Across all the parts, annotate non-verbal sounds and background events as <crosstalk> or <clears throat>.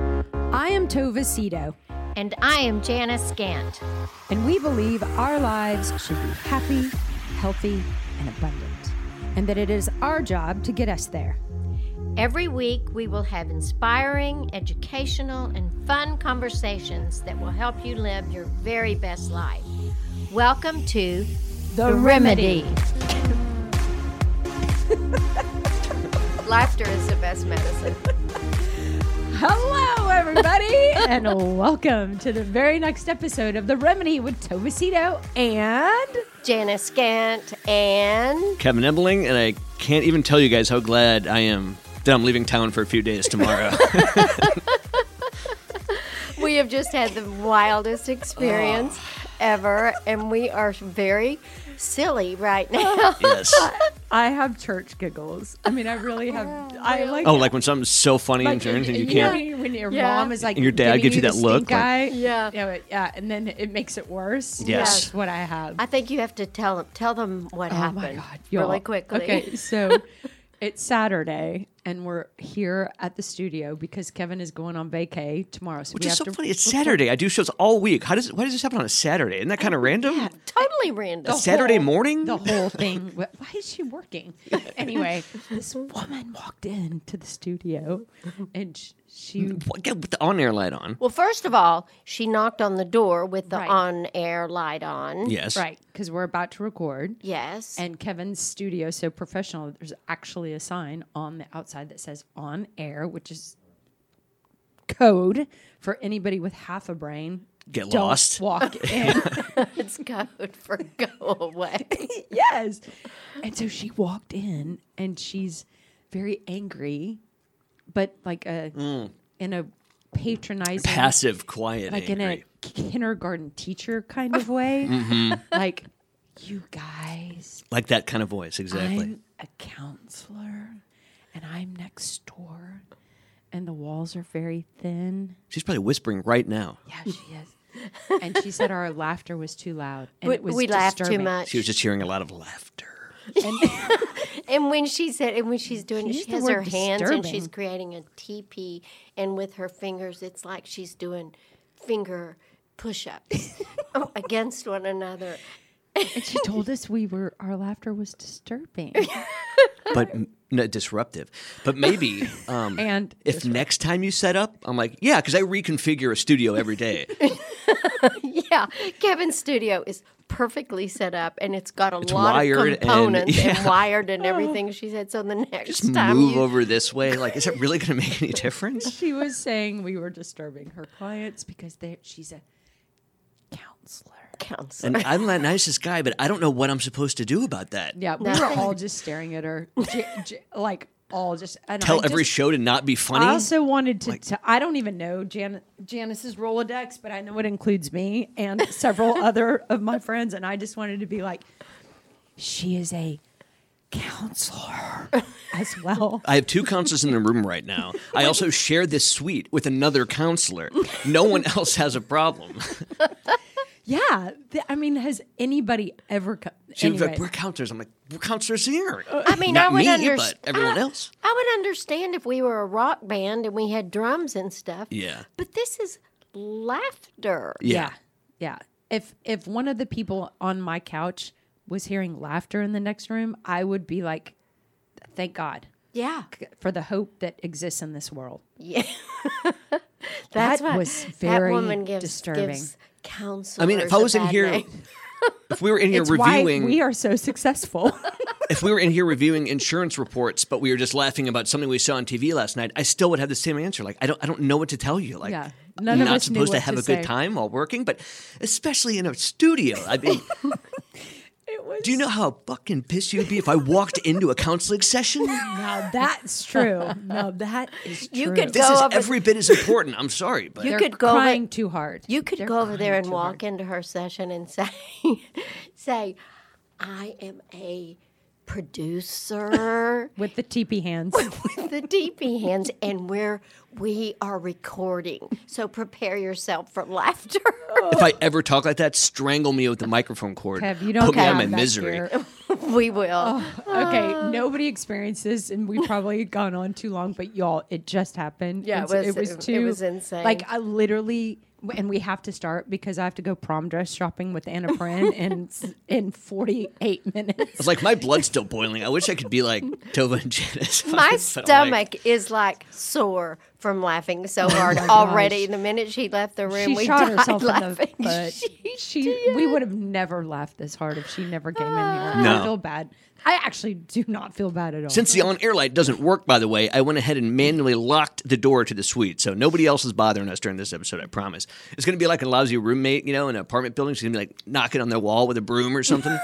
I am Tova Cito, And I am Janice Gant. and we believe our lives should be happy, healthy, and abundant, and that it is our job to get us there. Every week, we will have inspiring, educational, and fun conversations that will help you live your very best life. Welcome to The <laughs> Laughter is the best medicine. Hello, everybody, and welcome to the very next episode of The Remedy with Tova Cito and. Janice Gant and Kevin Ebling, and I can't even tell you guys how glad I am that I'm leaving town for a few <laughs> days tomorrow. we have just had the wildest experience Oh. ever, and we are very silly right now. yes. I have church giggles. I mean, I really have. I like. Oh, like when something's so funny and turns and you can't. know, when your Yeah. mom is like, And your dad giving gives you you the that look, stink like- eye. Yeah. yeah, but- yeah, and then it makes it worse. Yes. That's what I have. I think you have to tell them, tell them what oh happened my god, y'all. really quickly. Okay, <laughs> so it's Saturday, and we're here at the studio because Kevin is going on vacay tomorrow. So Which we is have so to funny. It's Saturday. I do shows all week. How does why does this happen on a Saturday? Isn't that kind of random? <laughs> Totally random. Saturday morning? The whole thing. <laughs> Wh- Why is she <laughs> working? Anyway, this woman walked into the studio, and sh- she What, get with the on air light on. Well, first of all, she knocked on the door with the Right. on air light on. Yes. right because we're about to record. Yes. And Kevin's studio, so professional, there's actually a sign on the outside that says on air, which is code for anybody with half a brain. Get Don't lost. walk <laughs> in. <laughs> it's code <laughs> for go away. yes. And so she walked in and she's very angry, but like a in a patronizing Passive, quiet. like in angry. a kindergarten teacher kind of <laughs> way. Like, you guys Like that kind of voice, exactly. I'm a counselor and I'm next door and the walls are very thin. She's probably whispering right now. Yeah, she is. and she said our laughter was too loud and it was we laughed too disturbing. much. She was just hearing a lot of laughter. and when she said, and when she's doing it, She used she the has word her hands and she's disturbing. creating a teepee. And with her fingers, it's like she's doing finger push ups <laughs> against one another. And she told us we were our laughter was <laughs> disturbing. <laughs> But m- no, disruptive. But maybe um, And if next time you set up, I'm like, yeah, because I reconfigure a studio every day. Yeah. Kevin's studio is perfectly set up and it's got a lot wired of and- components and, yeah. Oh. wired and everything. She said, so the next Just time move you over this way. Like, is it really going to make any difference? she was saying we were disturbing her clients because they, she's a counselor. counsel. And I'm that nicest guy, but I don't know what I'm supposed to do about that. Yeah, we were all just staring at her, <laughs> j- j- like all just and I Tell every just- show to not be funny. I also wanted to. t- I don't even know Jan- Janice's Rolodex, but I know it includes me and <laughs> several other of my friends. And I just wanted to be like, she is a <laughs> counselor as well. I have two counselors in the room right now. I also share this suite with another counselor. No one else has a problem. Yeah, th- I mean, has anybody ever? Co- She was anyway. like, "We're counselors." I'm like, "We're counselors here." I mean, Not I would ah. me, understand. but everyone else. I would understand if we were a rock band and we had drums and stuff. Yeah. But this is laughter. Yeah. Yeah. If if one of the people on my couch was hearing laughter in the next room, I would be like, thank God Yeah. for the hope that exists in this world. Yeah. That That's what was very that woman gives, disturbing. gives counselors. I mean, if I was a in bad here, name. <laughs> if we were in here It's reviewing, why we are so successful. if we were in here reviewing insurance reports, but we were just laughing about something we saw on TV last night, I still would have the same answer. Like, I don't, I don't know what to tell you. Like, Yeah. None I'm of not us knew supposed what to have to a say. good time while working, but especially in a studio. I mean, <laughs> it was do you know how fucking pissed you'd be if I walked into a <laughs> counseling <laughs> session? now that's true. Now that is true. You could This Go is up and- every bit as important. I'm sorry, but You They're could go over- crying too hard. You could They're go over there crying and too walk hard. into her session and <laughs> say, say, I am a <laughs> producer. with the teepee <laughs> hands. with the DP hands, and we're we are recording. So prepare yourself for laughter. Oh. if I ever talk like that, strangle me with the microphone cord. Kev, you don't put me out have of that my misery. here. <laughs> We will. Oh. Okay, Ah. nobody experienced this, and we've <laughs> probably gone on too long, but y'all, it just happened. Yeah, it And so was- it- it too. was insane. Like, I literally, and we have to start because I have to go prom dress shopping with Anna <laughs> Prin in, in 48 minutes. It's like my blood's still boiling. I wish I could <laughs> be like Tova and Janice. My <laughs> But I'm like, stomach is like sore from laughing so hard already. The minute she left the room, Oh She we shot died herself laughing. <laughs> in the butt. She, we would have never laughed this hard if she never came in here. No. I feel bad. I actually do not feel bad at all. Since the on air light doesn't work, by the way, I went ahead and manually locked the door to the suite. So nobody else is bothering us during this episode, I promise. It's going to be like a lousy roommate, you know, in an apartment building. She's going to be like knocking on their wall with a broom <laughs> or something.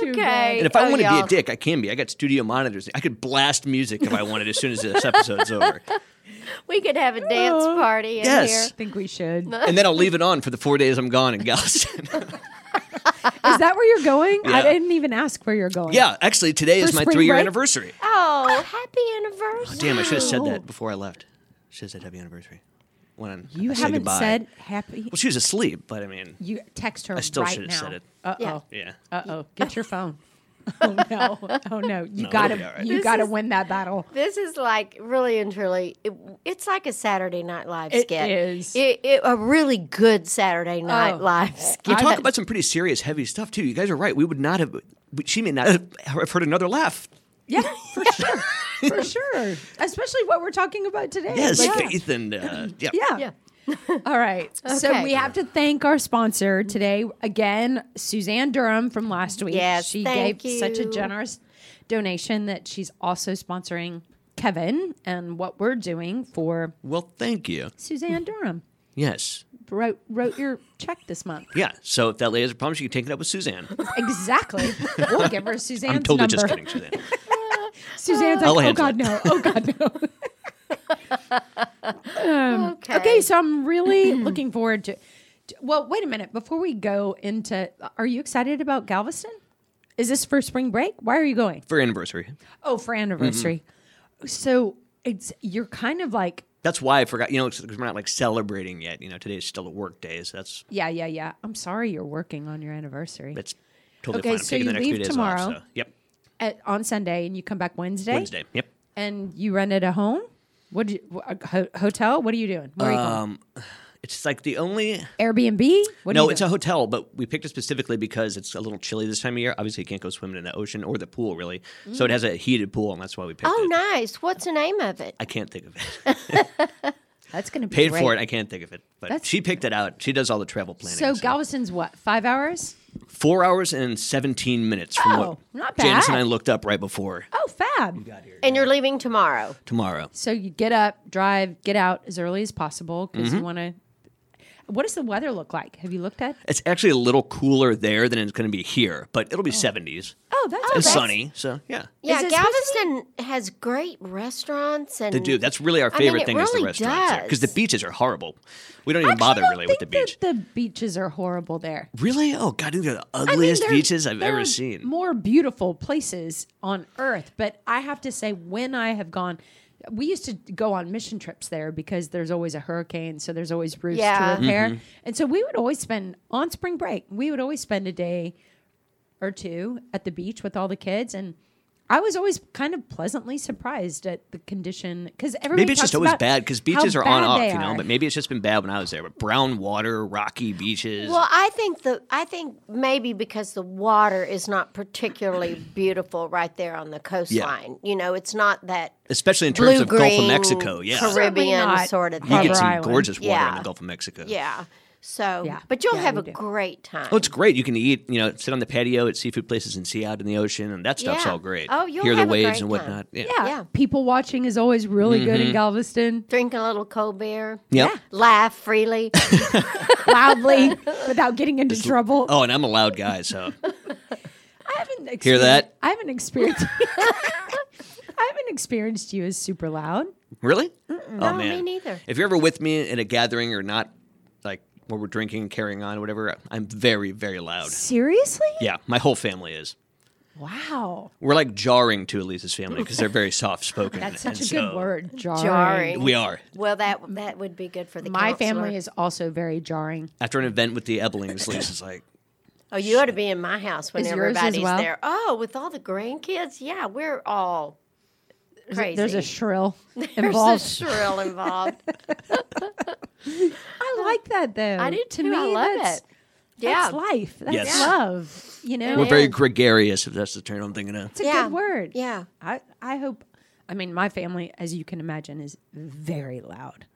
Too okay. bad. And if I Oh, want to be y'all. a dick, I can be. I got studio monitors. I could blast music if I wanted as soon as this episode's over. we could have a dance Oh. party in Yes. here. I think we should. And then I'll leave it on for the four days I'm gone in Galveston. <laughs> Is that where you're going? I Yeah. didn't even ask where you're going. yeah, actually, today is For my spring three year break? Ah. anniversary. Oh, happy anniversary! Damn, I should have said Oh. that before I left. Should have said happy anniversary. When You I say haven't goodbye. said happy. Well, she was asleep, but I mean, You text her. I still right should have now. said it. Uh oh. Yeah. yeah. Uh oh. <laughs> Get your phone. <laughs> Oh no. Oh no. You it'll gotta. be all right. You This gotta is- win that <laughs> battle. This is like really and truly, it, it's like a Saturday Night Live It skit. is. It, it, a really good Saturday Night Oh. <laughs> Live skit. We talk about some pretty serious, heavy stuff too. You guys are right. We would not have. we- She may not have heard another laugh. Yeah, <laughs> for sure. For sure. Especially what we're talking about today. Yes, Like, Faith and uh, yeah. yeah. Yeah. <laughs> All right. So Okay. we have to thank our sponsor today again, Suzanne Durham from last week. Yes, she thank gave such a you. generous donation that she's also sponsoring Kevin and what we're doing for Well, thank you. Suzanne Durham. Yes. Wrote wrote your check this month. Yeah. So if that lady has a problem, she can take it up with Suzanne. Exactly. We'll give <laughs> her Suzanne's I'm totally number. just kidding, Suzanne. Suzanne's I'll like, oh handle god, it." no, oh god, no. <laughs> Okay. Okay, so I'm <clears throat> really looking forward to. to- Well, wait a minute. Before we go into, are you excited about Galveston? Is this for spring break? Why are you going? For anniversary. Oh, for anniversary. So it's you're kind of like, That's why I forgot. You know, because we're not like celebrating yet. You know, today's still a work day, so that's yeah, yeah, yeah. I'm sorry, you're working on your anniversary that's totally Okay, fine. I'm so you taking the next few leave days off. tomorrow. So. Yep. At- on Sunday, and you come back Wednesday. Wednesday. Yep. and you rented a home. What? Did you, a ho- hotel? What are you doing? Where are you Um, it's like the only going? Airbnb? What are no, you it's a doing? hotel, but we picked it specifically because it's a little chilly this time of year. Obviously, you can't go swimming in the ocean or the pool, really. So Mm. it has a heated pool, and that's why we picked oh, it. nice. What's the name of it? I can't think of it. <laughs> that's going to be Paid great. for it. I can't think of it. But That's- she picked it out. She does all the travel planning. So Galveston's what? Five hours? four hours and seventeen minutes from Oh, what not Janice bad. and I looked up right before Oh, fab. And you're leaving tomorrow. tomorrow. So you get up, drive, get out as early as possible because Mm-hmm. you want to. What does the weather look like? Have you looked at? It's actually a little cooler there than it's going to be here, but it'll be seventies Oh, that's and okay. sunny. So yeah, Yeah, it supposed to Galveston has great restaurants and they do. That's really our I mean, favorite it thing is the really restaurants because the does. beaches are horrible. We don't even I bother don't really with the think beach. that The beaches are horrible there. Really? Oh God, these are the I mean, ugliest they're- beaches I've they're ever seen. More beautiful places on earth, but I have to say, when I have gone, we used to go on mission trips there because there's always a hurricane, so there's always roofs Yeah. to repair, Mm-hmm. and so we would always spend on spring break. We would always spend a day or two at the beach with all the kids and. I was always kind of pleasantly surprised at the condition because everybody Maybe it's talks just always about bad because how beaches are on bad off, they you know. are. But maybe it's just been bad when I was there. But brown water, rocky beaches. Well, I think the I think maybe because the water is not particularly beautiful right there on the coastline. You know, it's not that especially in terms blue of Gulf of green Mexico. Yeah, Certainly Caribbean not sort of you thing. Harbor get some Island. gorgeous water in Yeah. the Gulf of Mexico. yeah. So, Yeah. but you'll Yeah, have we a do. great time. Oh, it's great. You can eat, you know, sit on the patio at seafood places and see out in the ocean, and that stuff's Yeah. all great. Oh, you'll hear have the a waves great and time. whatnot. Yeah. yeah. Yeah. People watching is always really good Mm-hmm. in Galveston. Drink a little cold beer. Yep. Laugh freely. <laughs> loudly without getting into trouble. Oh, and I'm a loud <laughs> guy, so I haven't experienced, Hear that? I haven't experienced. <laughs> I haven't experienced you as super loud. really? oh no, man, me neither. If you're ever with me in a gathering or not, like where we're drinking and carrying on, whatever, I'm very, very loud. Seriously? Yeah, my whole family is. Wow, We're like jarring to Elise's family because they're very soft spoken. that's such a good word. Jarring. Jarring. We are. Well, that that would be good for the My counselor. family is also very jarring. <laughs> After an event with the Eblings, Lisa's like, Oh, you ought to be in my house when Is yours as everybody's well? there. Oh, with all the grandkids, yeah, we're all crazy. There's a <laughs> shrill <laughs> There's involved. a <laughs> shrill involved. I like that though. I do To too. me, I love that's, it. Yeah. that's life. That's Yes. Yeah. love. You know, We're very And- gregarious, if that's the term I'm thinking of. it's a Yeah. good word. yeah. I, I hope. I mean, my family, as you can imagine, is very loud.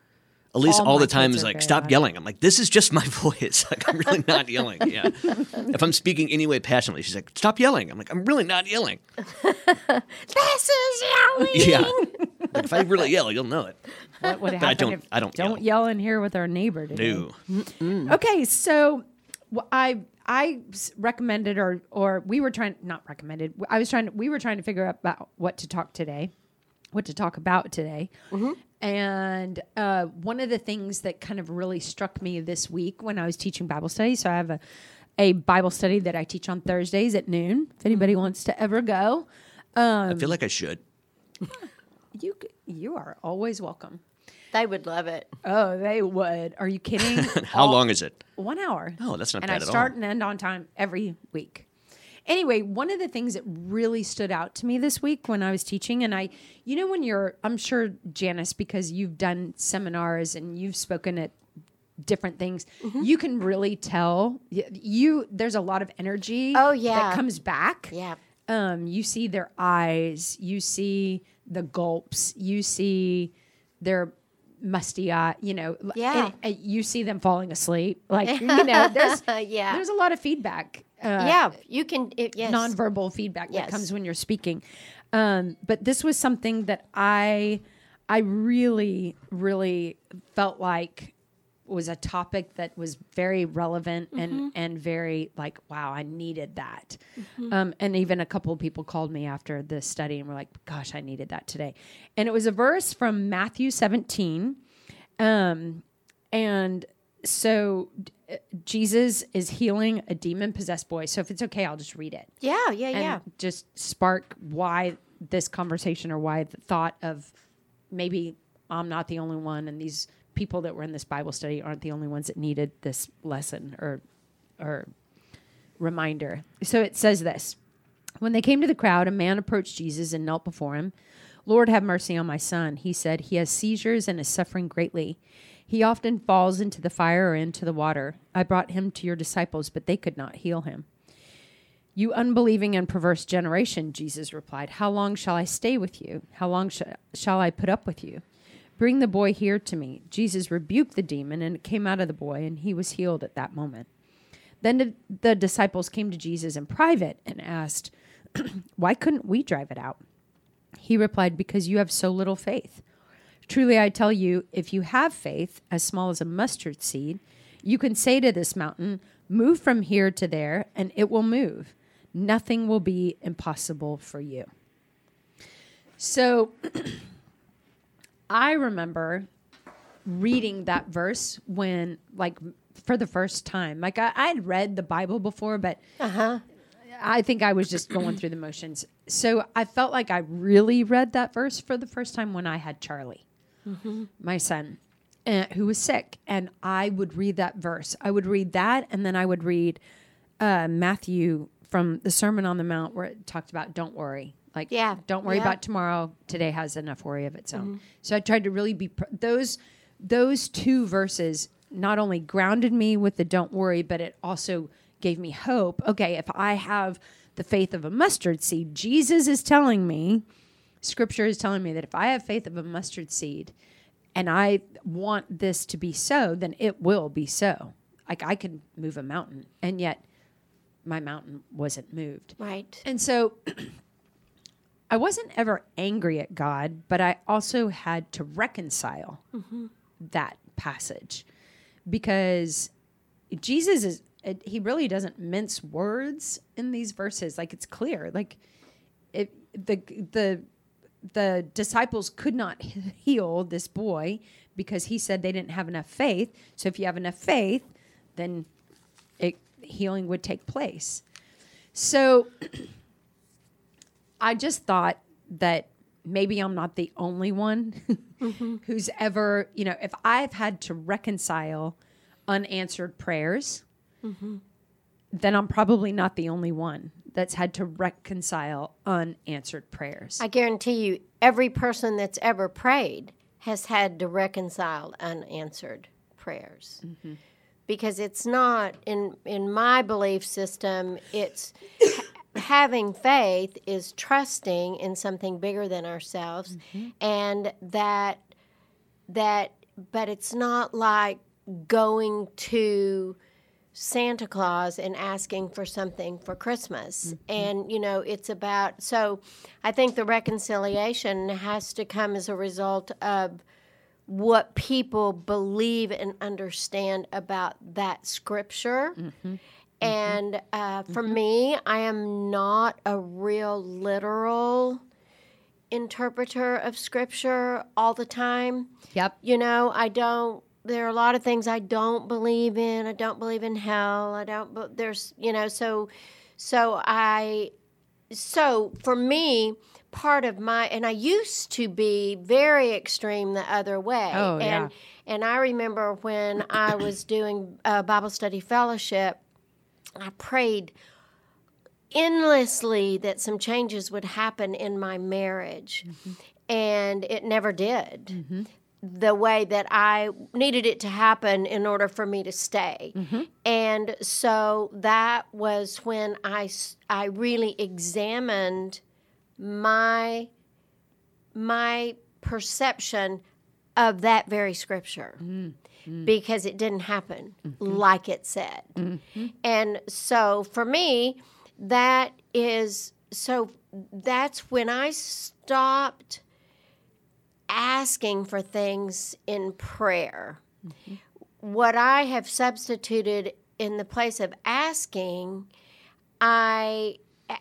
Elise All all, my the time kids is are like, very stop loud." yelling. I'm like, this is just my <laughs> voice. Like, I'm really <laughs> not yelling. Yeah. if I'm speaking any way passionately, she's like, stop yelling. I'm like, I'm really <laughs> not yelling. This is yelling. Yeah. Like, if I really yell, you'll know it. What <laughs> would happen? I don't- if- I don't Don't yell. in here with our neighbor. Today. No. Okay, so wh- I I s- recommended or or we were trying not recommended. I was trying. We were trying to figure out about what to talk today, what to talk about today. And uh, one of the things that kind of really struck me this week when I was teaching Bible study, so I have a a Bible study that I teach on Thursdays at noon. If anybody wants to ever go, I feel like I should. you c- you are always welcome. They would love it. <laughs> Oh, they would. Are you <laughs> kidding? How long is it? one hour. Oh, that's not and bad I at start all. and end on time every week. Anyway, one of the things that really stood out to me this week when I was teaching, and I, you know, when you're, I'm sure Janice, because you've done seminars and you've spoken at different things, Mm-hmm. you can really tell y- you. There's a lot of energy. Oh, yeah. that comes back. Yeah. Um, you see their eyes, you see the gulps, you see their musty eye, you know, l- Yeah. and, uh, you see them falling asleep. Like, you <laughs> know, there's, Yeah. there's a lot of feedback, uh, yeah. You can. It, yes. nonverbal feedback Yes. that comes when you're speaking. Um, but this was something that I, I really, really felt like was a topic that was very relevant Mm-hmm. and and very like wow I needed that, Mm-hmm. um, and even a couple of people called me after the study and were like gosh I needed that today, and it was a verse from Matthew 17, um, and so uh, Jesus is healing a demon possessed boy. So if it's okay, I'll just read it yeah. Yeah. Yeah. and just spark why this conversation or why the thought of maybe I'm not the only one and these people that were in this Bible study aren't the only ones that needed this lesson or or reminder. So it says this. When they came to the crowd, a man approached Jesus and knelt before him. Lord, have mercy on my son. He said, He has seizures and is suffering greatly. He often falls into the fire or into the water. I brought him to your disciples, but they could not heal him. You unbelieving and perverse generation, Jesus replied, How long shall I stay with you? How long sh- shall I put up with you? Bring the boy here to me. Jesus rebuked the demon, and it came out of the boy, and he was healed at that moment. Then the, the disciples came to Jesus in private and asked, <clears throat> Why couldn't we drive it out? He replied, Because you have so little faith. Truly, I tell you, if you have faith as small as a mustard seed, you can say to this mountain, Move from here to there, and it will move. Nothing will be impossible for you. So <clears throat> I remember reading that verse when, like, for the first time. Like, I, I had read the Bible before, but I think I was just going through the motions. So I felt like I really read that verse for the first time when I had Charlie, my son, uh, who was sick. And I would read that verse. I would read that, and then I would read uh, Matthew from the Sermon on the Mount where it talked about don't worry. Like, Yeah. don't worry Yeah. Mm-hmm. about tomorrow. Today has enough worry of its own. So I tried to really be pr- those those two verses not only grounded me with the don't worry, but it also gave me hope. Okay, if I have the faith of a mustard seed, Jesus is telling me, Scripture is telling me that if I have faith of a mustard seed, and I want this to be so, then it will be so. Like I can move a mountain, and yet my mountain wasn't moved. Right. And so <clears throat> I wasn't ever angry at God, but I also had to reconcile that passage because Jesus is, it, he really doesn't mince words in these verses. Like it's clear. Like it, the, the, the disciples could not <laughs> heal this boy because he said they didn't have enough faith. So if you have enough faith, then it, healing would take place. So <clears throat> I just thought that maybe I'm not the only one <laughs> who's ever, you know, if I've had to reconcile unanswered prayers, then I'm probably not the only one that's had to reconcile unanswered prayers. I guarantee you, every person that's ever prayed has had to reconcile unanswered prayers. Because it's not in in my belief system, it's ha- having faith is trusting in something bigger than ourselves and that that but it's not like going to Santa Claus and asking for something for Christmas. And, you know, it's about, so I think the reconciliation has to come as a result of what people believe and understand about that scripture. And uh, for me, I am not a real literal interpreter of scripture all the time. Yep. You know, I don't. There are a lot of things I don't believe in. I don't believe in hell. I don't. But there's, you know, so, so I, so for me, part of my and I used to be very extreme the other way. Oh, yeah. and and I remember when I was doing uh, Bible study fellowship, I prayed endlessly that some changes would happen in my marriage, Mm-hmm. and it never did the way that I needed it to happen in order for me to stay. And so that was when I, s- I really examined my my perception of that very scripture because it didn't happen like it said. And so for me, that is so that's when I stopped asking for things in prayer. What I have substituted in the place of asking, I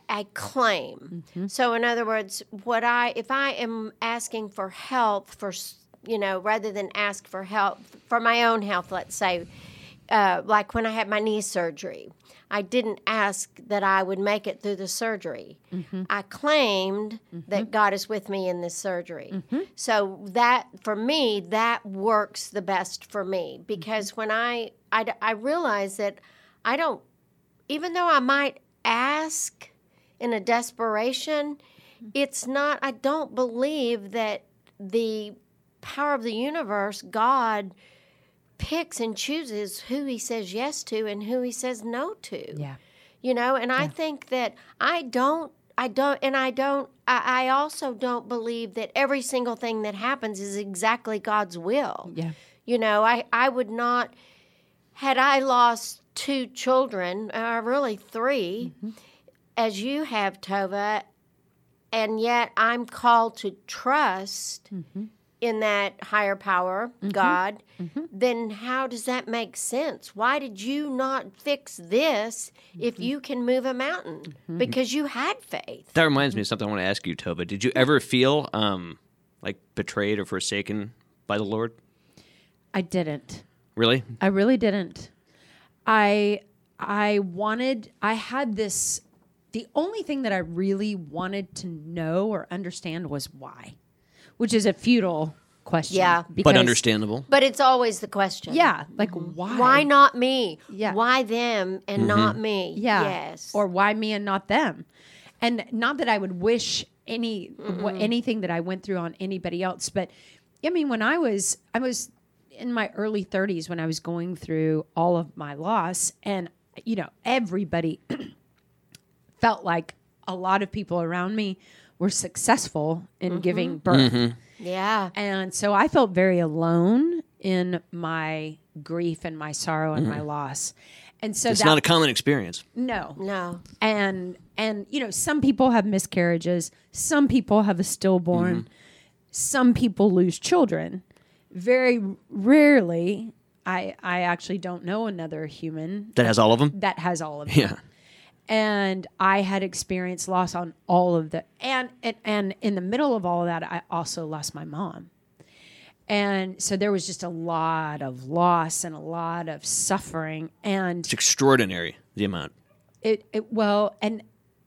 I claim. So in other words, what I if I am asking for help for s- you know rather than ask for help for my own health, let's say. Uh, like when I had my knee surgery, I didn't ask that I would make it through the surgery. I claimed that God is with me in this surgery. So that for me, that works the best for me because when I, I d- I realize that I don't even though I might ask in a desperation, it's not, I don't believe that the power of the universe, God, picks and chooses who he says yes to and who he says no to Yeah. you know and i think that i don't i don't and i don't I, I also don't believe that every single thing that happens is exactly god's will Yeah. you know i i would not had i lost two children uh, really 3 Mm-hmm. as you have tova and yet i'm called to trust Mm-hmm. in that higher power, God, then how does that make sense? Why did you not fix this Mm-hmm. if you can move a mountain? Because you had faith. That reminds me of something I want to ask you, Tova. Did you ever feel um, like betrayed or forsaken by the Lord? I didn't. Really? I really didn't. I I wanted I had this the only thing that I really wanted to know or understand was why, which is a futile question. Yeah. because- but understandable. But it's always the question. Yeah, like why? Mm-hmm. Why not me? Yeah. Why them and not me? Yeah. Yes. Or why me and not them? And not that I would wish any wha- anything that I went through on anybody else, but I mean, when I was I was in my early 30s when I was going through all of my loss, and you know, everybody <clears throat> felt like a lot of people around me were successful in giving birth. Mm-hmm. yeah. And so I felt very alone in my grief and my sorrow and my loss. And so Mm-hmm. It's that, not a common experience. no, No. and and you know some people have miscarriages some people have a stillborn some people lose children very rarely i i actually don't know another human That has all of them? that has all of them Yeah. and i had experienced loss on all of the and and, and in the middle of all of that i also lost my mom and so there was just a lot of loss and a lot of suffering and It's extraordinary, the amount. it, it well and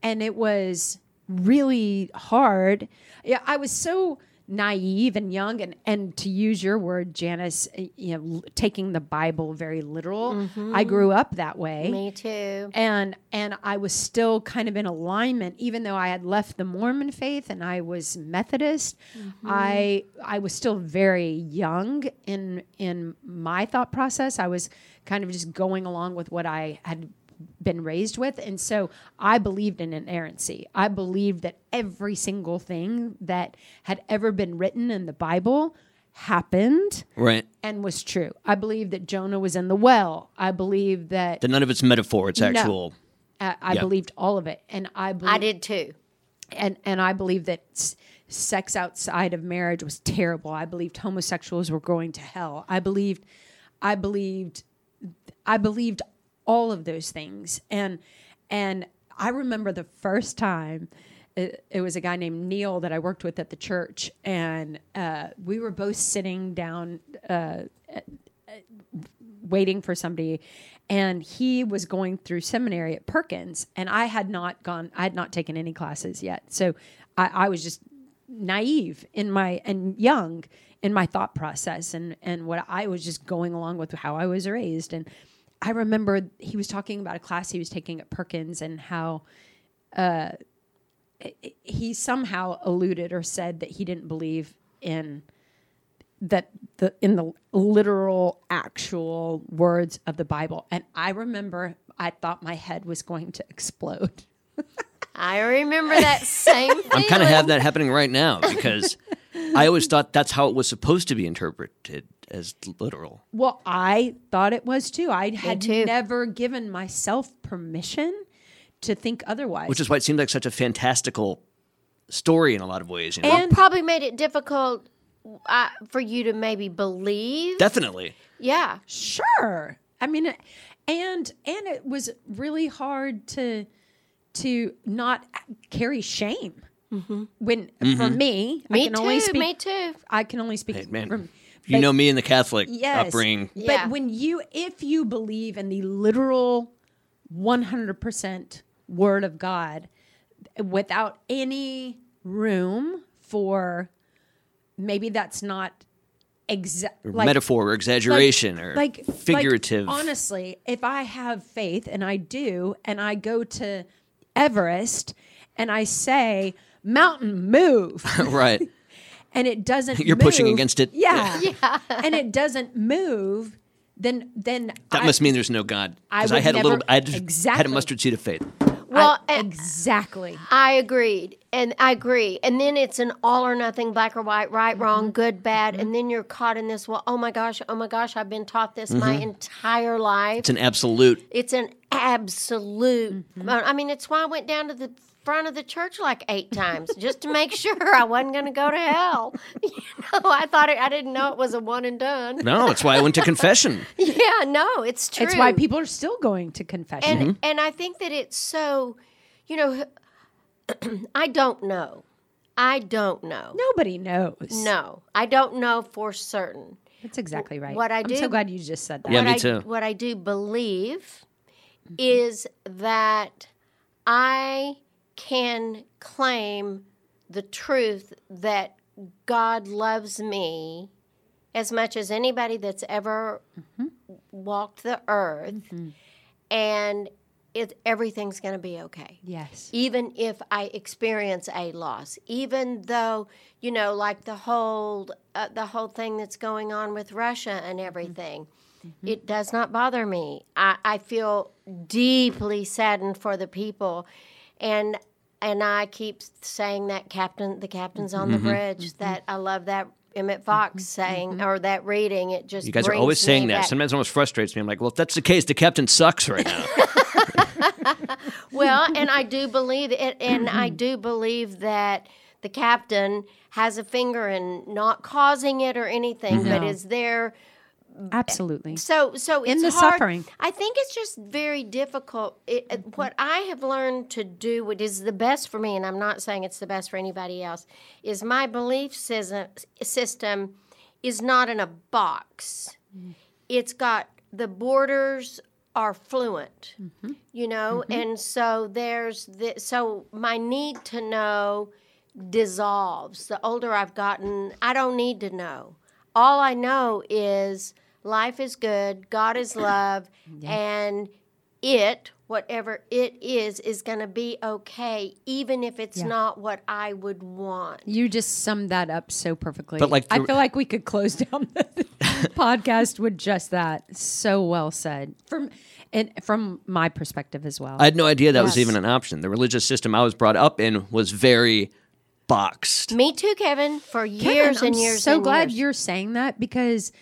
and it was really hard yeah i was so naive and young and and to use your word Janice uh, you know l- taking the bible very literal i grew up that way Me too. and and I was still kind of in alignment, even though I had left the Mormon faith and I was Methodist. I I was still very young in in my thought process. I was kind of just going along with what I had been raised with, and so I believed in inerrancy. I believed that every single thing that had ever been written in the Bible happened Right. and was true. I believe that Jonah was in the well. I believe that That none of it's metaphor, it's actual. I, I Yeah. believed all of it, and I believe, I did too. and and I believed that s- sex outside of marriage was terrible. I believed homosexuals were going to hell. I believed, I believed, I believed all of those things, and and I remember the first time. It, it was a guy named Neil that I worked with at the church, and uh, we were both sitting down waiting for somebody and he was going through seminary at Perkins and I had not gone I had not taken any classes yet. So I, I was just naive in my and young in my thought process and and what I was just going along with how I was raised. And I remember he was talking about a class he was taking at Perkins and how uh, he somehow alluded or said that he didn't believe in that the in the literal actual words of the Bible. And I remember I thought my head was going to explode. I remember that <laughs> same thing. I'm kind of have that happening right now because I always thought that's how it was supposed to be interpreted as literal. Well, I thought it was too. I had too. never given myself permission to think otherwise. Which is why it seemed like such a fantastical story in a lot of ways. You know? and probably made it difficult uh, for you to maybe believe. Definitely. yeah. sure i mean it- and and it was really hard to to not carry shame when for Mm-hmm. me i Mm-hmm. Me can only too. speak me too. i can only speak Hey, man, from You but- know me and the Catholic yes upbringing. but Yeah. when you if you believe in the literal 100% word of god without any room for maybe that's not exact or metaphor or exaggeration or like like, figurative. honestly, if I have faith and I do, and I go to Everest and I say, "Mountain, <laughs> move," <laughs> right. and it doesn't, <laughs> You're pushing move- against it. Yeah, <laughs> yeah, and it doesn't move. Then, then That I- must mean there's no God. I Because I, would had a little, never- I had, had a Exactly. mustard seed of faith. Well, I- and- exactly. I agreed. And I agree. And then it's an all or nothing, black or white, right, Mm-hmm. wrong, good, bad. And then you're caught in this, well, oh my gosh, oh my gosh, I've been taught this my Mm-hmm. entire life. It's an absolute. It's an absolute. Mm-hmm. I mean, it's why I went down to the front of the church like eight times just to make <laughs> sure I wasn't going to go to hell. <laughs> You know, I thought it, I didn't know it was a one and done. <laughs> <laughs> No, that's why I went to confession. Yeah, no, it's true. It's why mm-hmm. people are still going to confession. and and I think that it's so, you know, <clears throat> I don't know. I don't know. Nobody knows. No, I don't know for certain. that's exactly right. what I I'm do- so glad you just said that. Yeah, what me I, too. What I do believe is that I can claim the truth that God loves me as much as anybody that's ever Mm-hmm. walked the earth, and it, everything's going to be okay Yes. even if I experience a loss, even though you know, like the whole uh, the whole thing that's going on with Russia and everything, it does not bother me. I, I feel deeply saddened for the people, and and I keep saying that captain, the captain's on the Mm-hmm. bridge. That I love that Emmett Fox saying or that reading. It just You guys are brings always me saying that. back. Sometimes it almost frustrates me. I'm like, well, if that's the case, the captain sucks right now. <laughs> Well, and I do believe it, and I do believe that the captain has a finger in not causing it or anything, but No. is there. Absolutely. So, so it's the hard. suffering. I think it's just very difficult. It, it- What I have learned to do, what is the best for me, and I'm not saying it's the best for anybody else, is my belief system, system is not in a box. Mm. It's got the borders are fluent, Mm. Mm-hmm. you know, and so there's the so my need to know dissolves. The older I've gotten, I don't need to know. All I know is life is good, <coughs> God is love, and it, whatever it is, is going to be okay, even if it's Yeah. not what I would want. You just summed that up so perfectly. But, like, I the- feel like we could close <laughs> down <laughs> the podcast with just that. So well said. From and from my perspective as well. I had no idea that was Yes. even an option. The religious system I was brought up in was very boxed. Me too, Kevin, for Kevin, years and I'm years So and glad years. you're saying that because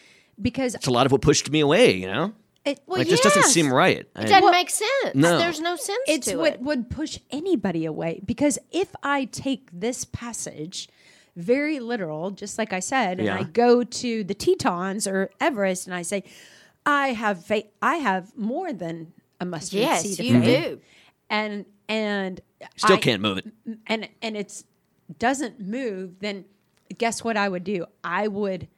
because It's a lot of what pushed me away, you know? it, Well, Like, this doesn't yes. seem right. It I- doesn't make sense. No. There's no sense it's to what it. would push anybody away because if i take this passage very literal just like i said and Yeah. i go to the tetons or everest and i say i have faith i have more than a mustard Yes, seed of you faith." do. and and Still I- can't move it. and and it's doesn't move then guess what i would do i would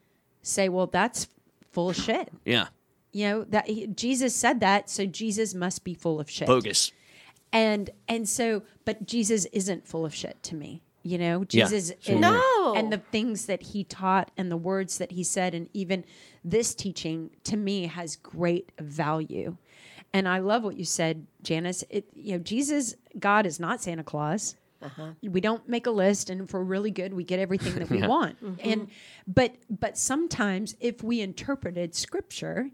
say well that's full of shit Yeah. you know that he, jesus said that so jesus must be full of shit Bogus. and and so but jesus isn't full of shit to me you know Yeah. jesus is, Same here. No. and the things that he taught and the words that he said and even this teaching to me has great value and i love what you said janice it, you know jesus god is not santa claus we don't make a list and if we're really good we get everything that we want and but but sometimes if we interpreted scripture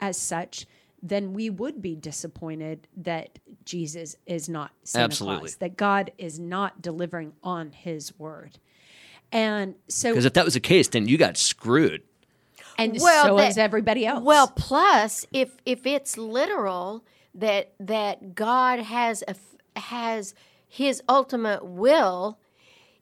as such then we would be disappointed that jesus is not Santa Absolutely. Claus, that god is not delivering on his word and so Because if that was the case, then you got screwed. and Well, so that- is everybody else Well, plus if if it's literal that that God has a f has his ultimate will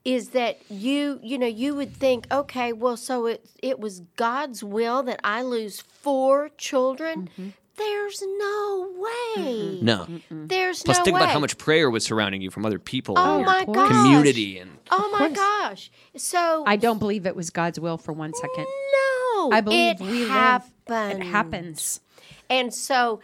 is that you you know you would think okay well so it it was God's will that I lose four children Mm-hmm. there's no way No. there's Plus, no think way about how much prayer was surrounding you from other people oh and my your gosh community. And oh my gosh so i don't believe it was god's will for one second no i believe it we live it happened happens And so,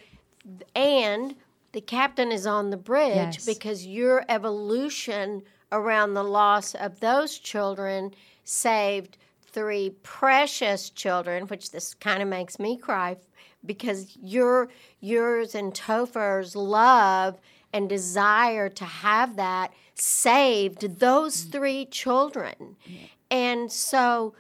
and the captain is on the bridge Yes. because your evolution around the loss of those children saved three precious children, which this kind of makes me cry because your yours and Topher's love and desire to have that saved those Mm. three children. And so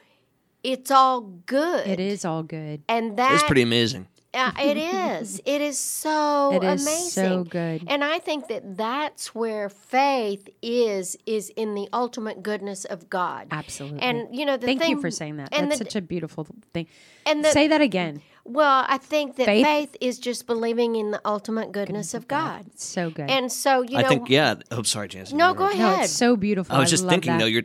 it's all good. it is all good And that it's pretty amazing. uh, <laughs> it is. It is so It is amazing. so good. And I think that that's where faith is is in the ultimate goodness of God. Absolutely. And you know the Thank thing you for saying that. and That's the- such a beautiful thing. and the- Say that again. Well, I think that Faith- faith, is just believing in the ultimate goodness, of God. So good. And so you I know think, yeah. Oh, sorry, Janice. I No, didn't mean go to interrupt. ahead. no, it's so beautiful. I was just love thinking, that. though, you're.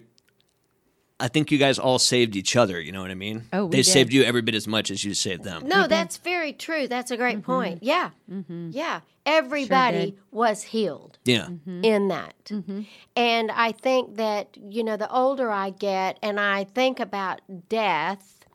I think you guys all saved each other. You know what I mean? Oh, we they did. saved you every bit as much as you saved them. No, that's very true. That's a great point. Yeah. Yeah. Everybody Mm-hmm. did. was healed. Yeah. Mm-hmm. in that. And I think that, you know, the older I get and I think about death,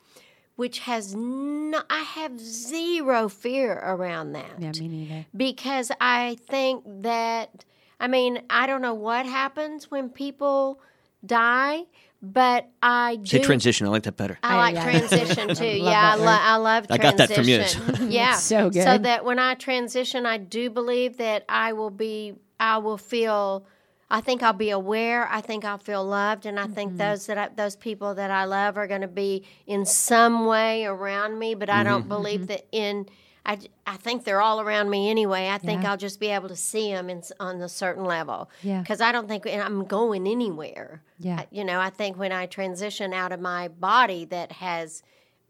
which has no, I have zero fear around that yeah, me neither. because I think that, I mean, I don't know what happens when people die, but I Say do. transition. I like <laughs> that better. I like yeah. transition too. <laughs> love yeah, I, that lo- word. I love I transition. got that from you. <laughs> yeah, So So good. that when I transition, I do believe that I will be, I will feel, I think I'll be aware. I think I'll feel loved, and I Mm-hmm. think those that I, those people that I love are going to be in some way around me. But I Mm-hmm. don't believe Mm-hmm. that in. I, j- I think they're all around me anyway. I think Yeah. I'll just be able to see them in, s- on a certain level. Yeah. Because I don't think and I'm going anywhere. Yeah. I- you know, I think when I transition out of my body that has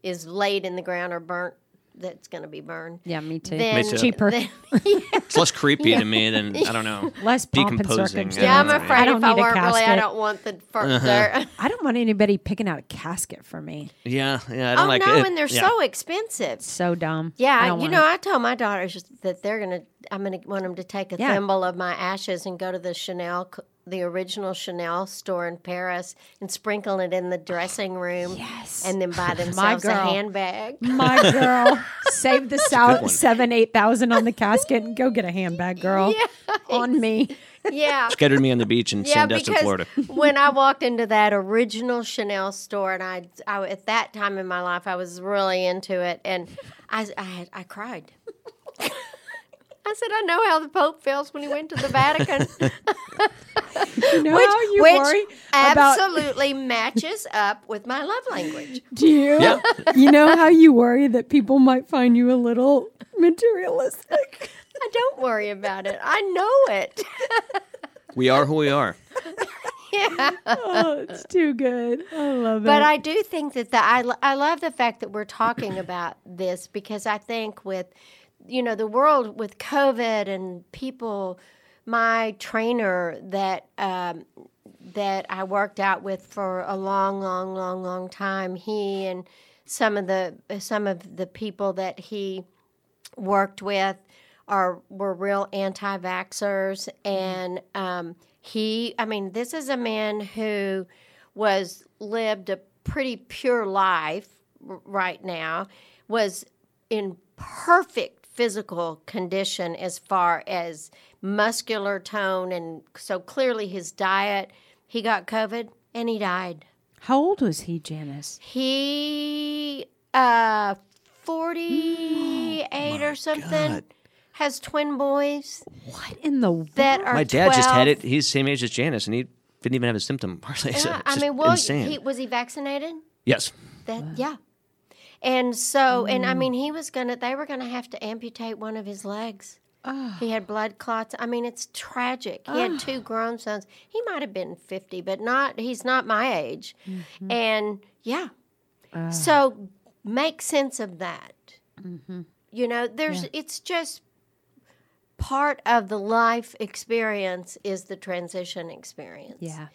is laid in the ground or burnt, that's going to be burned. Yeah, me too. Then, too. Cheaper. <laughs> then- It's less creepy to me than I <laughs> don't know. Less pomp and decomposing. circumstance. yeah, I'm I afraid I don't if I need a weren't really, I casket. don't want the further. Uh-huh. I don't want anybody picking out a casket for me. Yeah, yeah. I don't oh like no, it. and they're yeah. so expensive. So dumb. I Yeah, don't <laughs> you wanna- know, I tell my daughters that they're gonna. I'm gonna want them to take a Yeah. thimble of my ashes and go to the Chanel, c- the original Chanel store in Paris, and sprinkle it in the dressing room. Yes. and then <sighs> buy themselves a girl. handbag. <laughs> my girl, save the <laughs> one. sou- seven, eight thousand on the casket and go get a handbag, girl. On me. yeah. Scattered me on the beach <laughs> and Yeah, sent us to because Florida. when I walked into that original Chanel store, and I, I at that time in my life, I was really into it, and I, I, had, I cried. I said, I know how the Pope feels when he went to the Vatican, You know <laughs> how you worry which about <laughs> absolutely matches up with my love language. do you? <laughs> Yeah. You know how you worry that people might find you a little materialistic. I don't worry about it. I know it. <laughs> We are who we are. oh, it's too good. I love But it. I do think that the I, lo- I love the fact that we're talking about this because I think with you know the world with COVID and people, my trainer that um, that I worked out with for a long, long, long, long time, he and some of the some of the people that he worked with are were real anti-vaxxers and um, he i mean this is a man who was lived a pretty pure life r- right now was in perfect physical condition as far as muscular tone and so clearly his diet he got covid and he died How old was he, Janice? he uh 48 <gasps> Oh or something has twin boys What in the world? that are My dad just had 12. it. He's the same age as Janice, and he didn't even have a symptom. <laughs> Hardly. so Yeah, I it's just mean, well, insane. he was he vaccinated? yes. That yeah. And so, and I Mm. mean, he was gonna. They were gonna have to amputate one of his legs. Ah. He had blood clots. I mean, it's tragic. He had two grown sons. He might have been fifty, but not. He's not my age. Mm-hmm. And yeah, Ah. so make sense of that. Mm-hmm. You know, there's. It's just part of the life experience is the transition experience. yeah.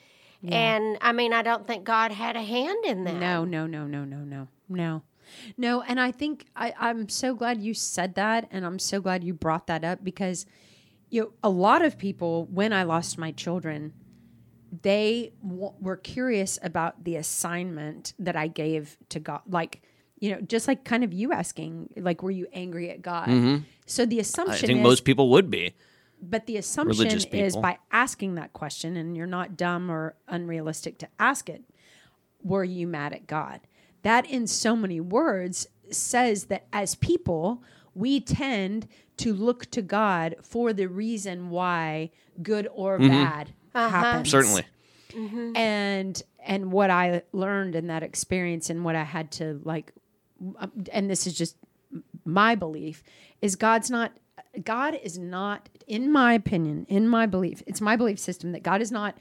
And I mean, I don't think God had a hand in that. No, no, no, no, no, no, no. No, and I think I, I'm so glad you said that, and I'm so glad you brought that up because you know, a lot of people, when I lost my children, they w- were curious about the assignment that I gave to God. Like, you know, just like kind of you asking, like, were you angry at God? So the Mm-hmm. I assumption think is, most people would be. but the assumption religious is people. by asking that question, and you're not dumb or unrealistic to ask it, were you mad at God? That, in so many words, says that as people, we tend to look to God for the reason why good or bad happens. Mm-hmm. Certainly. And and what I learned in that experience and what I had to like um, and this is just my belief is God's not God is not in my opinion in my belief it's my belief system that God is not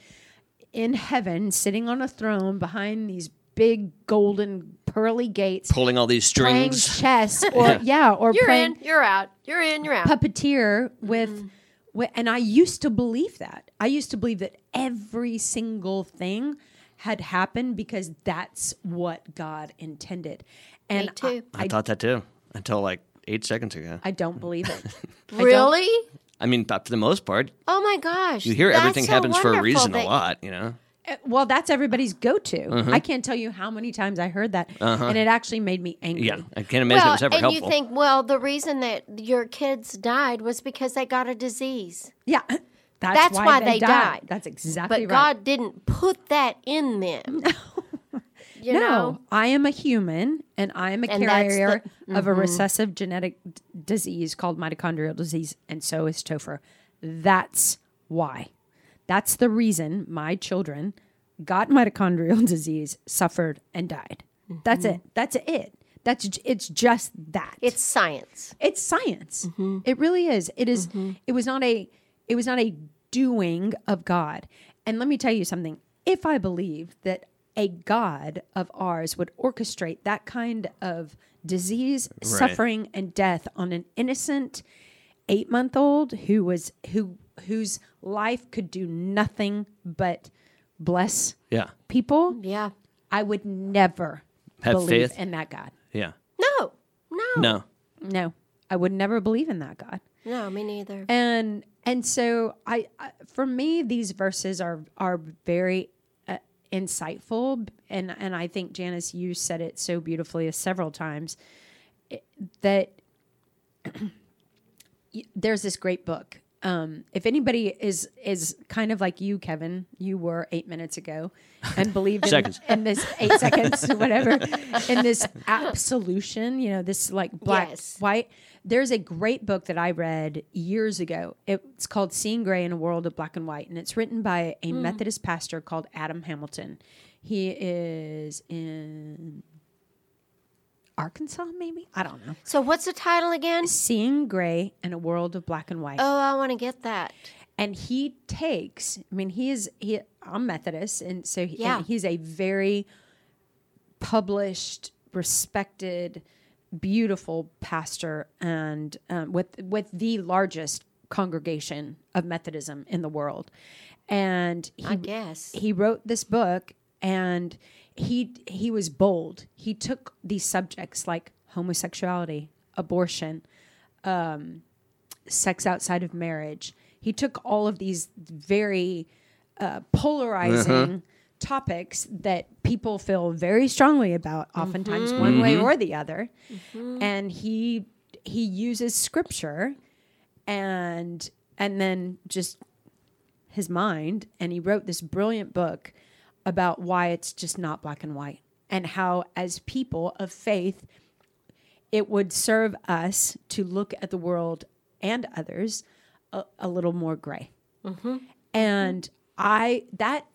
in heaven sitting on a throne behind these big golden pearly gates Pulling all these playing strings. chess or yeah, or You're playing in, you're out. You're in, you're out. puppeteer with, Mm-hmm. wi- and I used to believe that. I used to believe that every single thing had happened because that's what God intended. And Me too. I, I, thought that too until like eight seconds ago. I don't believe <laughs> it. I don't- really? I mean, but for the most part, Oh my gosh. you hear That's everything so happens for a wonderful reason that- a lot, you know? Uh, Well, that's everybody's go-to. I can't tell you how many times I heard that, and it actually made me angry. Yeah. I can't imagine it Well, was ever and helpful. you think, well, the reason that your kids died was because they got a disease. Yeah. <laughs> That's, That's why they died. That's exactly But right. God didn't put that in them. <laughs> You no, know? I am a human and I am a And that's the- Mm-hmm. carrier of a recessive genetic d- disease called mitochondrial disease, and so is Topher. That's why. That's the reason my children got mitochondrial <laughs> disease, suffered, and died. That's Mm-hmm. it. That's it. That's j- it's just that. It's science. it's science it really is it is- it was not a it was not a doing of god and let me tell you something if i believed that a god of ours would orchestrate that kind of disease suffering and death on an innocent 8 month old who was who whose life could do nothing but bless yeah. people Yeah. i would never Have believe faith. in that god Yeah. No. No. No. no i would never believe in that god No, me neither. and and so I, I for me these verses are are very uh, insightful and and I think Janice you said it so beautifully several times <clears throat> it- that y- there's this great book um, if anybody is is kind of like you, Kevin, you were eight minutes ago, and believed in, Seconds. in this eight seconds, <laughs> whatever, in this absolution, you know, this like black Yes. white. There's a great book that I read years ago. It's called Seeing Gray in a World of Black and White, and it's written by a Methodist pastor called Adam Hamilton. He is in Arkansas, maybe I don't know. So what's the title again? Seeing Gray in a World of Black and White Oh, I want to get that. and he takes i mean he is he i'm methodist and so he, Yeah. and he's a very published respected beautiful pastor and um, with with the largest congregation of methodism in the world and he, I guess. he wrote this book and he he was bold he took these subjects like homosexuality abortion um, sex outside of marriage. He took all of these very uh, polarizing topics that people feel very strongly about, oftentimes one way or the other, and he he uses scripture and and then just his mind and he wrote this brilliant book about why it's just not black and white and how as people of faith it would serve us to look at the world and others a, a little more gray. Mm-hmm. And I that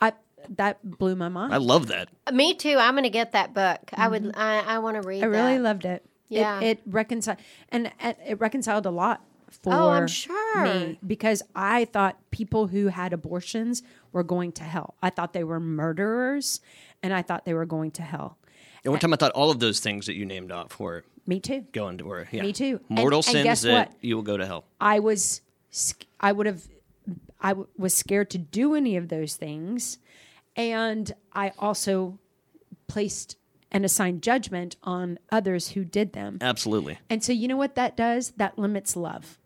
I that blew my mind. I love that. Me too. I'm going to get that book. I would. I, I want to read. Mm-hmm. I really that. loved it. Yeah. It, it reconciled and, and it reconciled a lot for Oh, I'm sure. me because I thought people who had abortions were going to hell. I thought they were murderers and I thought they were going to hell. And one time I thought all of those things that you named off were Me too. going to were yeah. Me too. And- Mortal and sins guess that what? you will go to hell. I was, sc- I would have, I w- was scared to do any of those things, and I also placed and assigned judgment on others who did them. Absolutely. And so you know what that does? That limits love.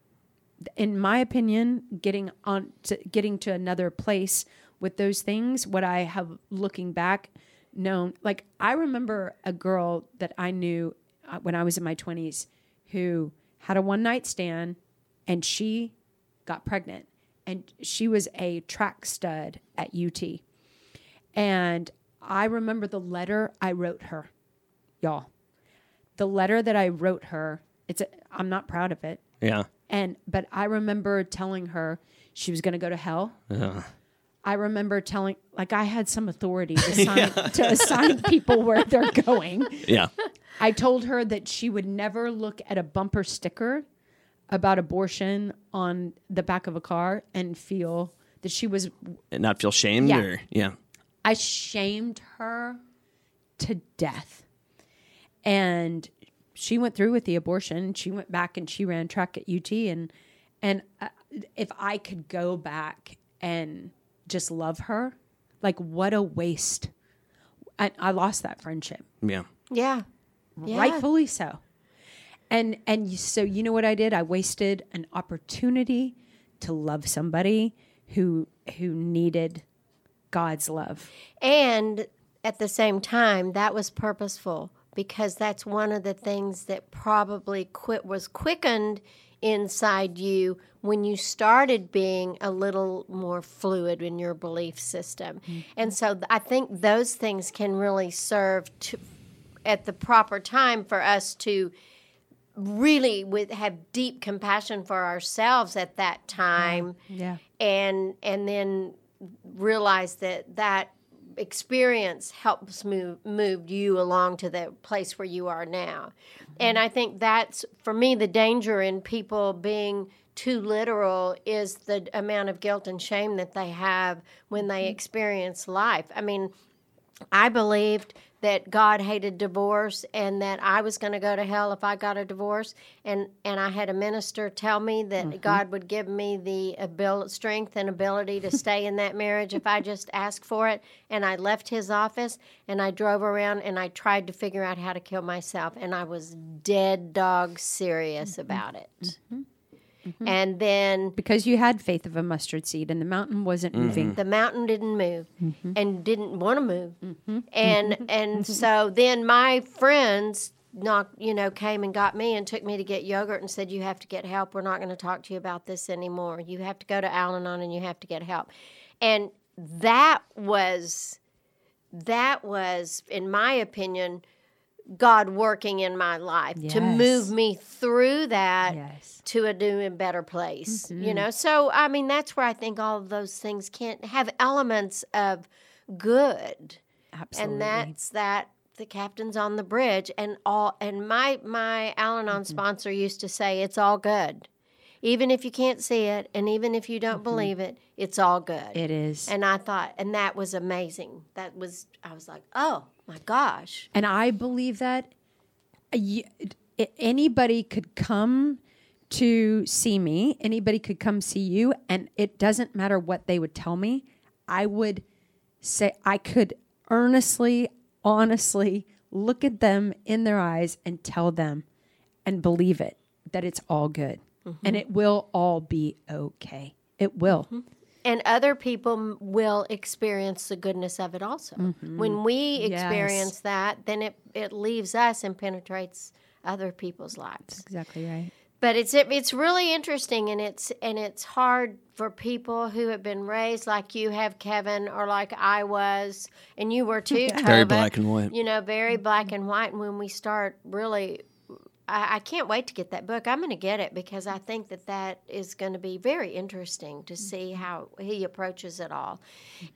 In my opinion, getting on to getting to another place with those things, what I have looking back known like I remember a girl that I knew uh, when I was in my 20s who had a one night stand and she got pregnant and she was a track stud at UT. And I remember the letter I wrote her. Y'all, the letter that I wrote her, it's a, I'm not proud of it. Yeah. And but I remember telling her she was going to go to hell. I remember telling like I had some authority to assign, to assign people where they're going. Yeah. I told her that she would never look at a bumper sticker about abortion on the back of a car and feel that she was and not feel shamed Yeah. or yeah. I shamed her to death. And she went through with the abortion. She went back and she ran track at UT and and uh, if I could go back and just love her, like what a waste. And I lost that friendship Yeah. Yeah. Yeah. rightfully so. And and you- so you know what I did? I wasted an opportunity to love somebody who who needed God's love. And at the same time, that was purposeful because that's one of the things that probably quit was quickened inside you when you started being a little more fluid in your belief system. And so th- I think those things can really serve to at the proper time for us to really with have deep compassion for ourselves at that time Yeah. and and then realize that that experience helps move moved you along to the place where you are now and i think that's for me the danger in people being too literal is the amount of guilt and shame that they have when they experience life i mean I believed that God hated divorce and that I was going to go to hell if I got a divorce. And, and I had a minister tell me that God would give me the abil- strength and ability to stay in that marriage if I just asked for it. And I left his office and I drove around and I tried to figure out how to kill myself. And I was dead dog serious about it. And then Because you had faith of a mustard seed and the mountain wasn't moving. the mountain didn't move Mm-hmm. and didn't want to move and and so then my friends knocked, you know, came and got me and took me to get yogurt and said, "You have to get help. We're not going to talk to you about this anymore. You have to go to Al-Anon and you have to get help." And that was that was in my opinion God working in my life to Yes. move me through that Yes. to a new and better place. You Mm-hmm. know, so I mean, that's where I think all of those things can have elements of good, Absolutely. and that's that. The captain's on the bridge, and all. And my my Mm-hmm. Al-Anon sponsor used to say, "It's all good, even if you can't see it, and even if you don't believe it, it's all good." Mm-hmm. it is. And I thought, and that was amazing. That was, I was like, "Oh my gosh!" And I believe that a y- a- anybody could come to see me, anybody could come see you, and it doesn't matter what they would tell me. I would say, I could earnestly, honestly look at them in their eyes and tell them and believe it that it's all good Mm-hmm. and it will all be okay. It will. and other people m- will experience the goodness of it also. When we Yes. experience that, then it, it leaves us and penetrates other people's lives. Exactly right. But it's it, it's really interesting and it's and it's hard for people who have been raised like you have Kevin or like I was and you were too Very Tova, black and white. You know, very black and white and when we start really I, I can't wait to get that book. I'm going to get it because I think that that is going to be very interesting to see Mm-hmm. how he approaches it all.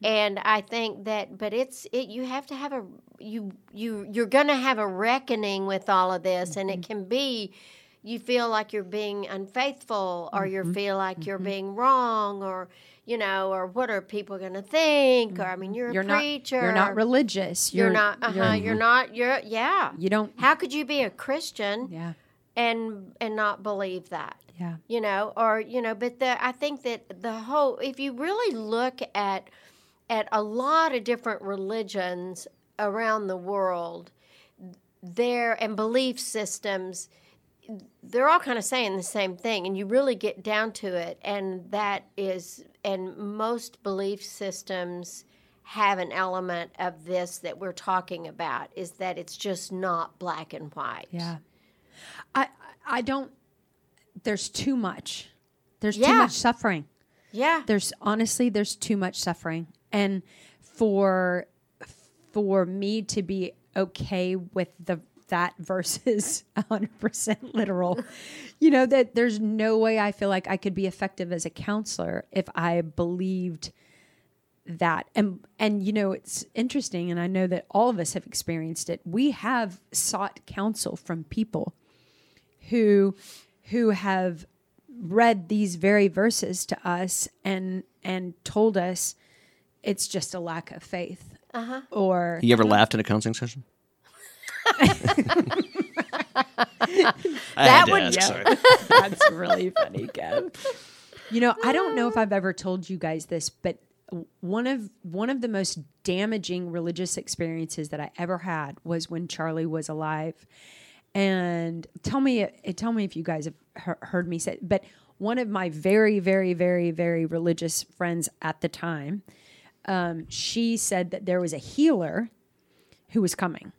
And I think that, but it's it. You have to have a you you you're going to have a reckoning with all of this, and Mm-hmm. it can be. You feel like you're being unfaithful, or Mm-hmm. you feel like you're being wrong, or you know, or what are people going to think? Or I mean, you're, Mm-hmm. You're a not preacher. you're not religious. You're, not. Uh huh. You're, not. You're yeah. you don't How could you be a Christian? yeah. and and not believe that Yeah. you know or you know but the i think that the whole if you really look at at a lot of different religions around the world there and belief systems they're all kind of saying the same thing and you really get down to it and that is and most belief systems have an element of this that we're talking about is that it's just not black and white Yeah. I I- I don't there's too much. There's too Yeah. much suffering. yeah There's honestly there's too much suffering. And for for me to be okay with the that versus <laughs> 100% literal. You know that there's no way I feel like I could be effective as a counselor if I believed that and and you know it's interesting and i know that all of us have experienced it we have sought counsel from people who who have read these very verses to us and and told us it's just a lack of faith or You ever laughed at a <laughs> counseling session? I had That to would- ask, Yeah. <laughs> sorry. that's really funny kev you know i don't know if i've ever told you guys this but one of one of the most damaging religious experiences that i ever had was when charlie was alive and tell me eh, tell me if you guys have he- heard me say but one of my very very very very religious friends at the time um, she said that there was a healer who was coming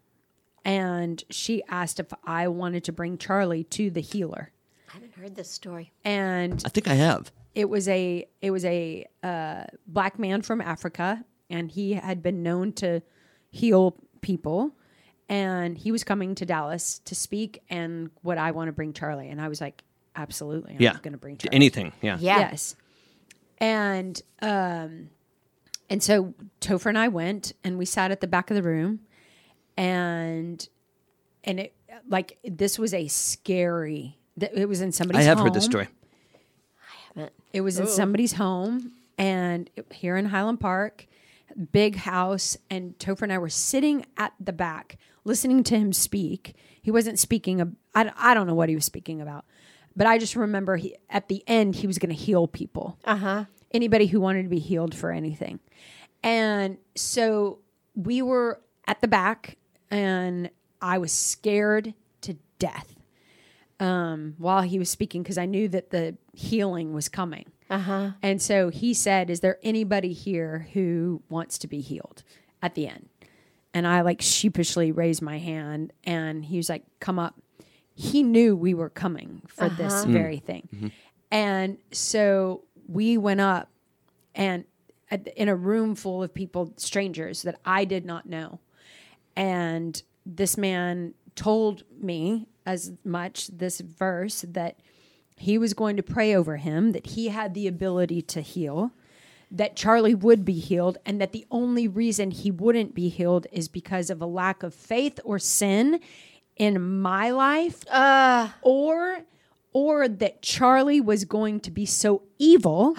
and she asked if i wanted to bring charlie to the healer I haven't heard this story. and I think I have. it was a it was a uh, black man from Africa, and he had been known to heal people. And he was coming to Dallas to speak, and would I want to bring Charlie? And I was like, absolutely, I'm Yeah. going to bring To Charlie. Anything. Yeah. Yes. And um, and so Topher and I went and we sat at the back of the room, and and it like this was a scary. th- It was in somebody's. I have heard this home. story. Haven't. It was in somebody's home and it- here in Highland Park, big house. And Topher and I were sitting at the back listening to him speak. He wasn't speaking, ab- I, d- I don't know what he was speaking about, but I just remember he, at the end, he was going to heal people. Uh huh. Anybody who wanted to be healed for anything. And so we were at the back and I was scared to death um, while he was speaking because I knew that the healing was coming. Uh-huh. And so he said, Is there anybody here who wants to be healed at the end? And and I like sheepishly raised my hand and he was like, "Come up." He knew we were coming for this very thing. And so we went up and at, in a room full of people, strangers that I did not know. And this man told me as much this verse that he was going to pray over him, that he had the ability to heal, that Charlie would be healed, and that the only reason he wouldn't be healed is because of a lack of faith or sin in my life or or that Charlie was going to be so evil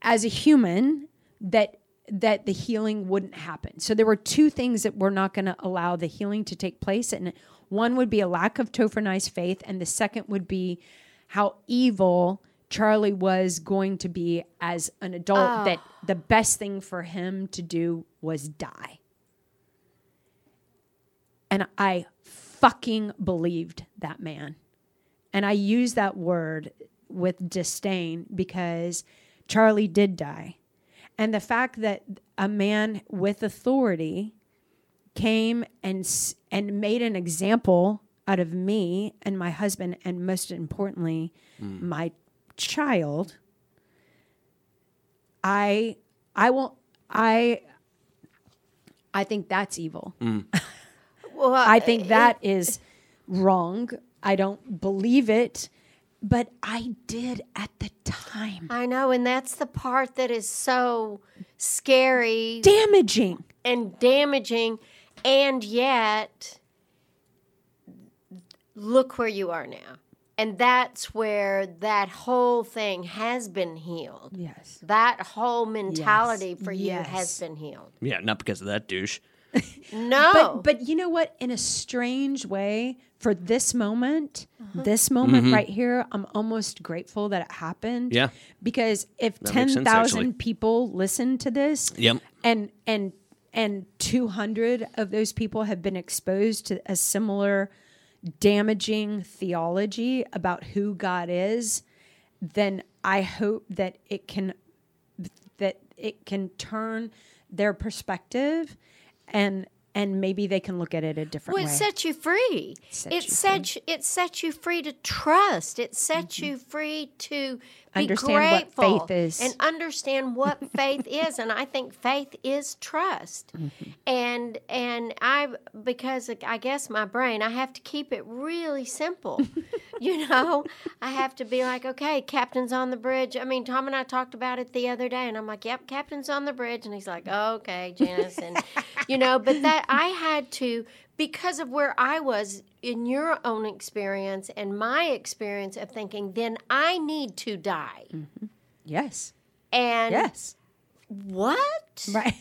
as a human that that the healing wouldn't happen. So there were two things that were not going to allow the healing to take place, and one would be a lack of Topher Nice faith, and the second would be how evil Charlie was going to be as an adult. That the best thing for him to do was die, and I fucking believed that man. And I use that word with disdain because Charlie did die. And the fact that a man with authority came and s- and made an example out of me and my husband and most importantly my child I I won't I I think that's evil. Well, I think that is wrong. I don't believe it, but I did at the time. I know, and that's the part that is so scary Damaging. and damaging, and yet, look where you are now. And that's where that whole thing has been healed. Yes. That whole mentality for you Yes. has been healed. Yeah, not because of that douche. No. But but you know what? In a strange way, for this moment, this moment right here, I'm almost grateful that it happened. Mm-hmm. Yeah. Because if ten makes sense, actually. thousand people listen to this, Yep. and and and two hundred of those people have been exposed to a similar damaging theology about who God is, then I hope that it can that it can turn their perspective and and maybe they can look at it a different Well, it way. sets you free. sets It you sets you it sets you free to trust. It sets you free to be Mm-hmm. Understand what faith grateful is. and understand what faith is. And I think faith is trust. And and I because I guess my brain I have to keep it really simple. <laughs> you know, I have to be like, okay, Captain's on the bridge. I mean, Tom and I talked about it the other day, and I'm like, yep, Captain's on the bridge, and he's like, okay, Janice, and <laughs> you know, but that I had to because of where I was in your own experience and my experience of thinking, then I need to die, yes. and <laughs> Yes. what? <laughs> Right.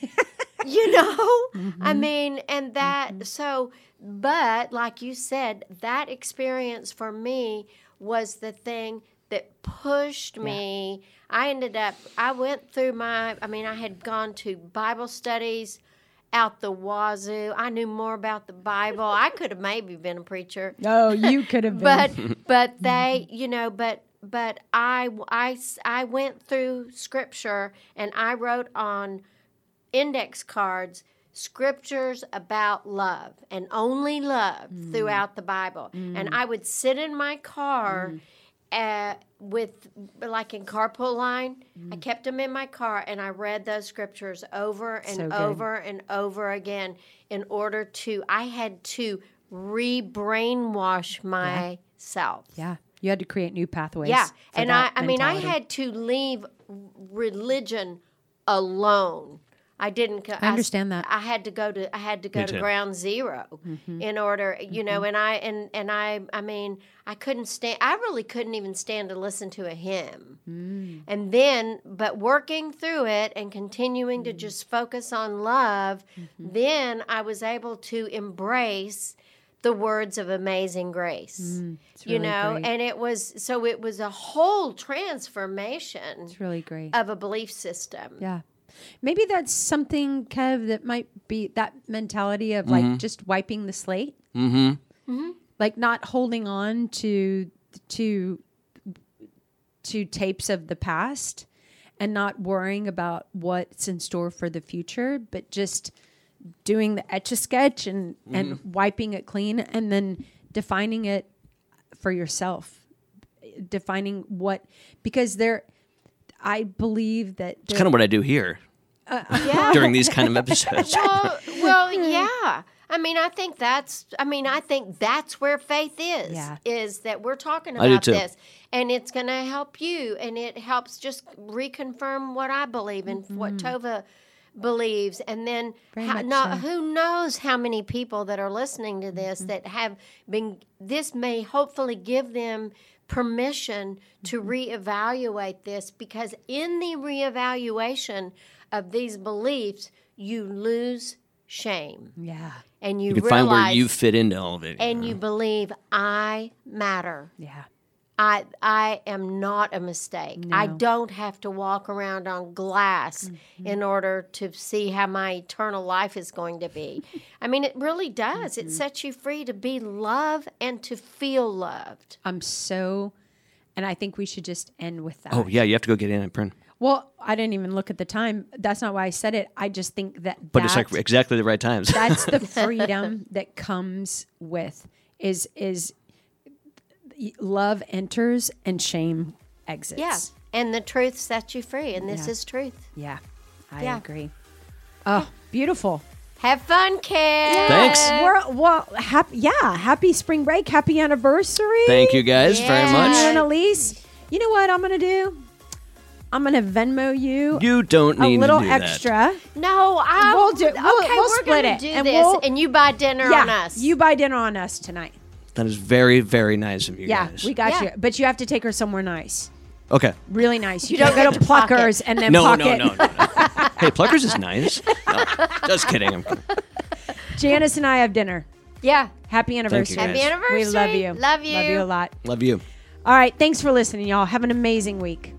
you know i mean and that so but like you said that experience for me was the thing that pushed me i ended up i went through my i mean i had gone to bible studies out the wazoo i knew more about the bible i could have maybe been a preacher no, you could have been but <laughs> but they you know but but I, I s- I went through scripture and i wrote on index cards scriptures about love and only love Mm. throughout the bible and i would sit in my car Mm. uh, with like in carpool line i Mm. kept them in my car and i read those scriptures over and So good. over and over again in order to i had to re-brainwash myself yeah. You had to create new pathways. yeah, for and I, that I mean, I mentality. had to leave religion alone. I didn't. co- I understand that. Mm-hmm. I had to go to. I had to go Me to too. ground 0 in order, you know. And I and and I. I mean, I couldn't stand. I really couldn't even stand to listen to a hymn. Mm. And then, but working through it and continuing Mm. to just focus on love, Mm-hmm. then I was able to embrace the words of amazing grace. Mm. really you know, great. and it was so it was a whole transformation It's really great. of a belief system. Yeah. Maybe that's something, Kev, that might be that mentality of like just wiping the slate. Mm-hmm. Like not holding on to to to tapes of the past and not worrying about what's in store for the future, but just doing the etch a sketch and and wiping it clean and then defining it for yourself defining what because there i believe that It's kind of what I do here Uh, Yeah. <laughs> during these kind <laughs> of episodes. well, well, Hmm. yeah. I mean, I think that's. I mean, I think that's where faith is. Yeah. Is that we're talking I do about too. this, and it's going to help you, and it helps just reconfirm what I believe and what Tova believes, and then Very how, much no, so. who knows how many people that are listening to this that have been. This may hopefully give them permission to reevaluate this because in the reevaluation of these beliefs, you lose shame yeah and you, You can realize find where you fit into all of it. and you believe I matter. yeah I I am not a mistake. No. I Mm-hmm. don't have to walk around on glass in order to see how my eternal life is going to <laughs> be. I mean, it really does. Mm-hmm. It sets you free to be loved and to feel loved. i'm so and i think we should just end with that Oh yeah, you have to go get in and print. well i didn't even look at the time that's not why i said it i just think that But it's that- like exactly the right times. that's the freedom that comes with is is love enters and shame exits Yeah. And the truth sets you free, and this Yeah. is truth. Yeah, I Yeah. agree. Oh, beautiful. Have fun, kids. Thanks. We're, well, happy, yeah, happy spring break, happy anniversary. <laughs> Thank you guys very Tanner much. and Elise. You know what I'm going to do? I'm going to Venmo you, You don't a need little to do extra. That. No, I We'll do- Okay, we'll- we'll are split gonna it, do and this, we'll- and you buy dinner yeah, on us. You buy dinner on us tonight. that is very very nice of you Yeah, guys. we got Yeah. you. But you have to take her somewhere nice. okay. Really nice. You, You don't don't go get to to pocket. Pluckers and then No, pocket. no, no, no, <laughs> no. hey, Pluckers is nice. No, just kidding. I'm kidding. Janice and I have dinner. yeah. Happy Thank you, anniversary. guys. Happy We love anniversary. you. Love you. Love you a lot. Love you. All right. Thanks for listening, y'all. Have an amazing week.